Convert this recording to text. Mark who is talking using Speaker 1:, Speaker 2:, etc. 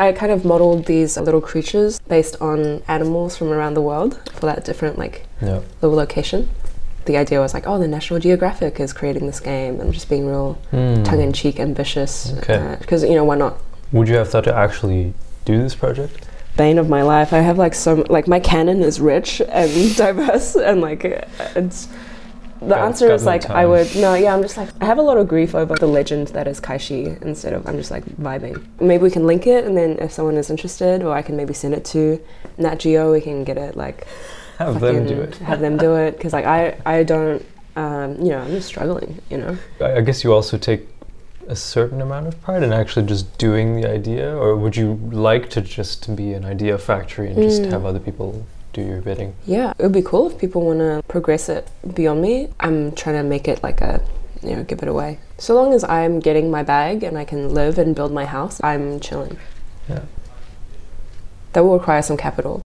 Speaker 1: I kind of modeled these little creatures based on animals from around the world for that different like
Speaker 2: Yeah.
Speaker 1: little location. The idea was like, oh, the National Geographic is creating this game and just being real
Speaker 2: Hmm.
Speaker 1: tongue in cheek, ambitious.
Speaker 2: Okay.
Speaker 1: Because, you know, why not?
Speaker 2: Would you have thought to actually do this project?
Speaker 1: Bane of my life. I have like some, like my canon is rich and diverse and like it's. The
Speaker 2: Got-
Speaker 1: answer
Speaker 2: got
Speaker 1: is
Speaker 2: no
Speaker 1: like I
Speaker 2: time.
Speaker 1: would no yeah I'm just like I have a lot of grief over the legend that is Kaishi instead of I'm just like vibing maybe we can link it and then if someone is interested or I can maybe send it to Nat Geo we can get it like
Speaker 2: Have them do
Speaker 1: fucking
Speaker 2: it.
Speaker 1: have them do it because like I I don't um, you know I'm just struggling you know
Speaker 2: I, I guess you also take a certain amount of pride in actually just doing the idea, or would you like to just be an idea factory and just
Speaker 1: Mm.
Speaker 2: have other people do your bidding?
Speaker 1: Yeah, it would be cool if people want to progress it beyond me. I'm trying to make it like a, you know, give it away. So long as I'm getting my bag and I can live and build my house, I'm chilling.
Speaker 2: Yeah.
Speaker 1: That will require some capital.